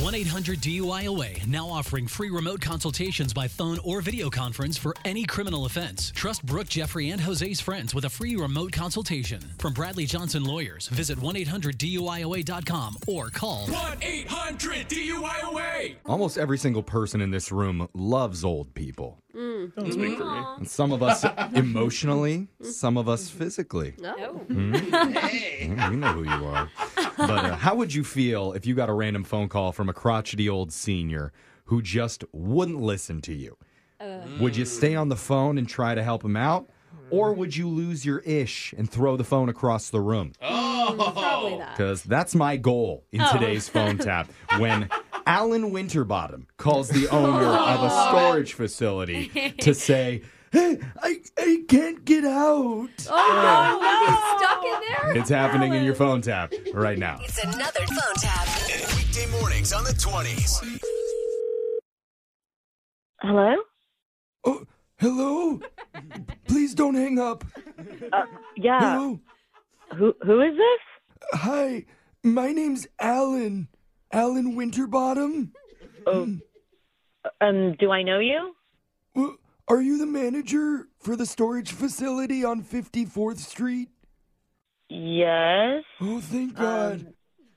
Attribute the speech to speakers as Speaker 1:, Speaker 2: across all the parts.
Speaker 1: 1 800 DUIOA now offering free remote consultations by phone or video conference for any criminal offense. Trust Brooke, Jeffrey, and Jose's friends with a free remote consultation. From Bradley Johnson Lawyers, visit 1 800 DUIOA.com or call
Speaker 2: 1 800 DUIOA.
Speaker 3: Almost every single person in this room loves old people.
Speaker 4: Mm.
Speaker 5: Don't speak for me.
Speaker 3: And some of us emotionally, some of us physically.
Speaker 4: No.
Speaker 3: Yeah, we know who you are. But uh, how would you feel if you got a random phone call from a crotchety old senior who just wouldn't listen to you?
Speaker 4: Uh.
Speaker 3: Would you stay on the phone and try to help him out? Or would you lose your ish and throw the phone across the room?
Speaker 4: Probably that.
Speaker 3: Because that's my goal in today's phone tap. When Alan Winterbottom calls the owner of a storage facility to say, hey, I, I can't get out.
Speaker 4: Oh, no. Was he stuck in there?
Speaker 3: It's happening in your phone tap right now.
Speaker 6: It's another phone tap.
Speaker 7: Weekday mornings on the 20s.
Speaker 8: Hello?
Speaker 3: Oh, hello? Please don't hang up.
Speaker 8: Yeah.
Speaker 3: Hello?
Speaker 8: Who who is this?
Speaker 3: Hi, my name's Alan. Alan Winterbottom?
Speaker 8: Um, do I know you?
Speaker 3: W- Are you the manager for the storage facility on 54th Street?
Speaker 8: Yes.
Speaker 3: Oh, thank God.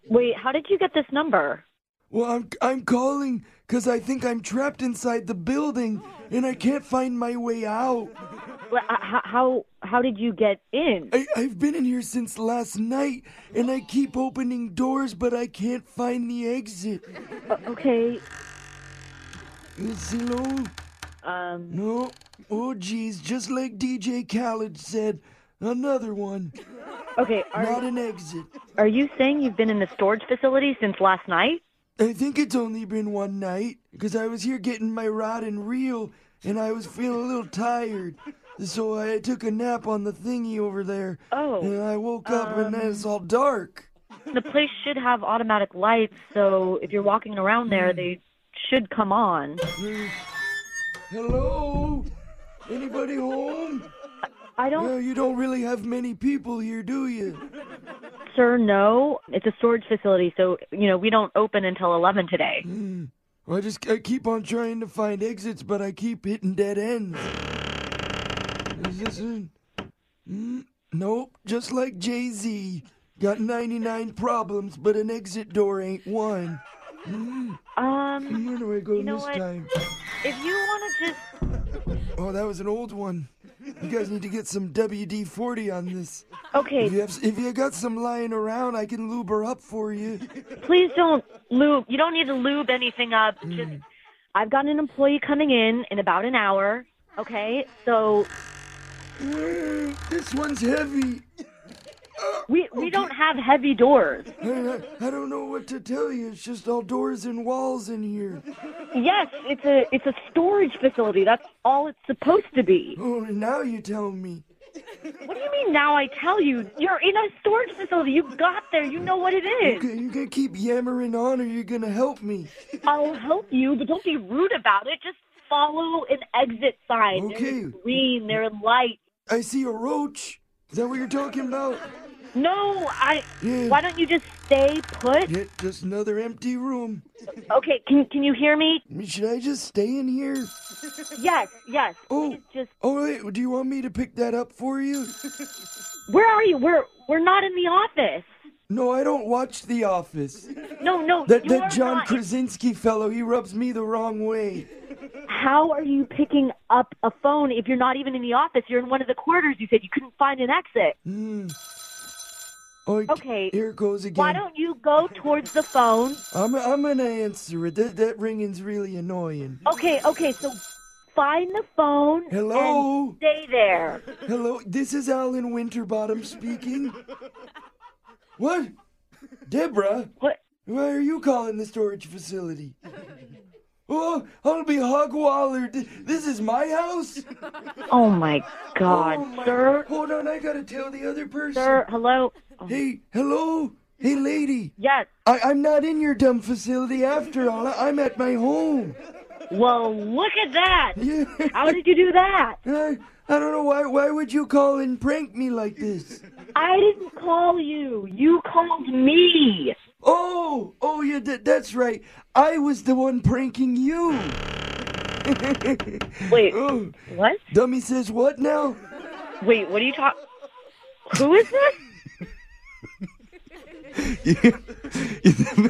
Speaker 8: Wait, how did you get this number?
Speaker 3: well, I'm, I'm calling because I think I'm trapped inside the building and I can't find my way out.
Speaker 8: Well, uh, How how, how did you get in?
Speaker 3: I, I've been in here since last night and I keep opening doors, but I can't find the exit.
Speaker 8: Okay.
Speaker 3: It's hello?
Speaker 8: Um,
Speaker 3: No. Oh, geez. Just like DJ Khaled said, another one.
Speaker 8: okay. Are,
Speaker 3: Not an exit.
Speaker 8: are you saying you've been in the storage facility since last night?
Speaker 3: I think it's only been one night because I was here getting my rod and reel and I was feeling a little tired. So I took a nap on the thingy over there.
Speaker 8: Oh,
Speaker 3: And I woke up and then it's all dark.
Speaker 8: The place should have automatic lights, so if you're walking around there, they should come on.
Speaker 3: Hello? Anybody home?
Speaker 8: I
Speaker 3: Well,
Speaker 8: don't,
Speaker 3: you don't really have many people here, do you?
Speaker 8: sir, no. It's a storage facility, so you know we don't open until eleven today.
Speaker 3: I just I keep on trying to find exits, but I keep hitting dead ends. Is this it? Mm, nope, just like Jay Z. Got 99 problems, but an exit door ain't one.
Speaker 8: Um,
Speaker 3: Where do I go
Speaker 8: You know
Speaker 3: this
Speaker 8: what?
Speaker 3: time?
Speaker 8: if you want to just
Speaker 3: Oh, that was an old one. You guys need to get some WD 40 on this. If
Speaker 8: Okay,
Speaker 3: you, have, if you got some lying around, I can lube her up for you.
Speaker 8: please don't lube. You don't need to lube anything up.
Speaker 3: Mm.
Speaker 8: Just, I've got an employee coming in in about an hour. Okay, so
Speaker 3: Eh, This one's heavy.
Speaker 8: we
Speaker 3: Oh,
Speaker 8: we don't have heavy doors.
Speaker 3: I, I, I don't know what to tell you. It's just all doors and walls in here.
Speaker 8: Yes, it's a it's a storage facility. That's all it's supposed to be.
Speaker 3: Oh, and now you tell me.
Speaker 8: What do you mean now? I tell you, you're in a storage facility. You got there. You know what it is.
Speaker 3: Okay, you can keep yammering on or you're gonna help me.
Speaker 8: I'll help you, but don't be rude about it. Just follow an exit sign. They're
Speaker 3: Okay.
Speaker 8: green. They're light.
Speaker 3: I see a roach. Is that what you're talking about?
Speaker 8: No, I.
Speaker 3: Yeah.
Speaker 8: Why don't you just stay put?
Speaker 3: Yeah, just another empty room.
Speaker 8: Okay, can can you hear me?
Speaker 3: I mean, Should I just stay in here?
Speaker 8: Yes, yes.
Speaker 3: Oh.
Speaker 8: Please just
Speaker 3: Oh, wait, do you want me to pick that up for you?
Speaker 8: where are you? We're we're not in the office.
Speaker 3: No, I don't watch The Office.
Speaker 8: No, no.
Speaker 3: That
Speaker 8: you are
Speaker 3: that John
Speaker 8: not.
Speaker 3: Krasinski fellow, he rubs me the wrong way.
Speaker 8: How are you picking up a phone if you're not even in the office? You're in one of the quarters. You said you couldn't find an exit.
Speaker 3: Oh, I c-
Speaker 8: Okay.
Speaker 3: Here it goes again.
Speaker 8: Why don't you go towards the phone?
Speaker 3: I'm I'm gonna answer it. That that ringing's really annoying.
Speaker 8: Okay, okay. So find the phone.
Speaker 3: Hello?
Speaker 8: And stay there.
Speaker 3: Hello, this is Alan Winterbottom speaking. What? Deborah?
Speaker 8: What?
Speaker 3: Why are you calling the storage facility? Oh, I'll be hog wallered. This is my house?
Speaker 8: Oh my God,
Speaker 3: Oh, my-
Speaker 8: sir,
Speaker 3: Hold on, I gotta tell the other person.
Speaker 8: sir. Hello. Oh,
Speaker 3: Hey, hello? Hey, lady.
Speaker 8: Yes.
Speaker 3: I, I'm not in your dumb facility after all. I, I'm at my home.
Speaker 8: Well, look at that.
Speaker 3: Yeah.
Speaker 8: How did you do that?
Speaker 3: I, I don't know why. Why would you call and prank me like this?
Speaker 8: I didn't call you. You called me.
Speaker 3: Oh, oh, yeah, that, that's right. I was the one pranking you.
Speaker 8: Wait,
Speaker 3: Oh,
Speaker 8: what?
Speaker 3: dummy says what now?
Speaker 8: Wait, what are you talking? Who is this?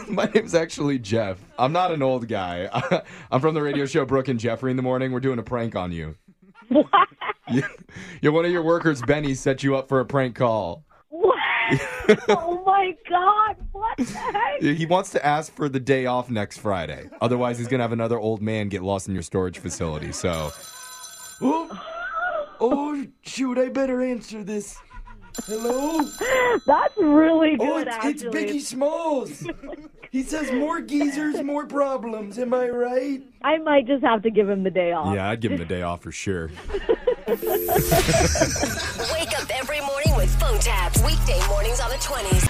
Speaker 5: My name's actually Jeff. I'm not an old guy. I'm from the radio show Brooke and Jeffrey in the morning. We're doing a prank on you.
Speaker 8: What?
Speaker 5: Yeah, yeah, one of your workers, Benny, set you up for a prank call.
Speaker 8: What? oh my god! What the heck?
Speaker 5: He wants to ask for the day off next Friday. Otherwise, he's going to have another old man get lost in your storage facility. So,
Speaker 3: Oh, oh, shoot, I better answer this. Hello?
Speaker 8: That's really good.
Speaker 3: Oh, it's, it's
Speaker 8: actually.
Speaker 3: Biggie Smalls. He says more geezers, more problems. Am I right?
Speaker 8: I might just have to give him the day off.
Speaker 5: yeah, I'd give him the day off for sure.
Speaker 6: Wake up every morning with phone taps. Weekday mornings on the 20s.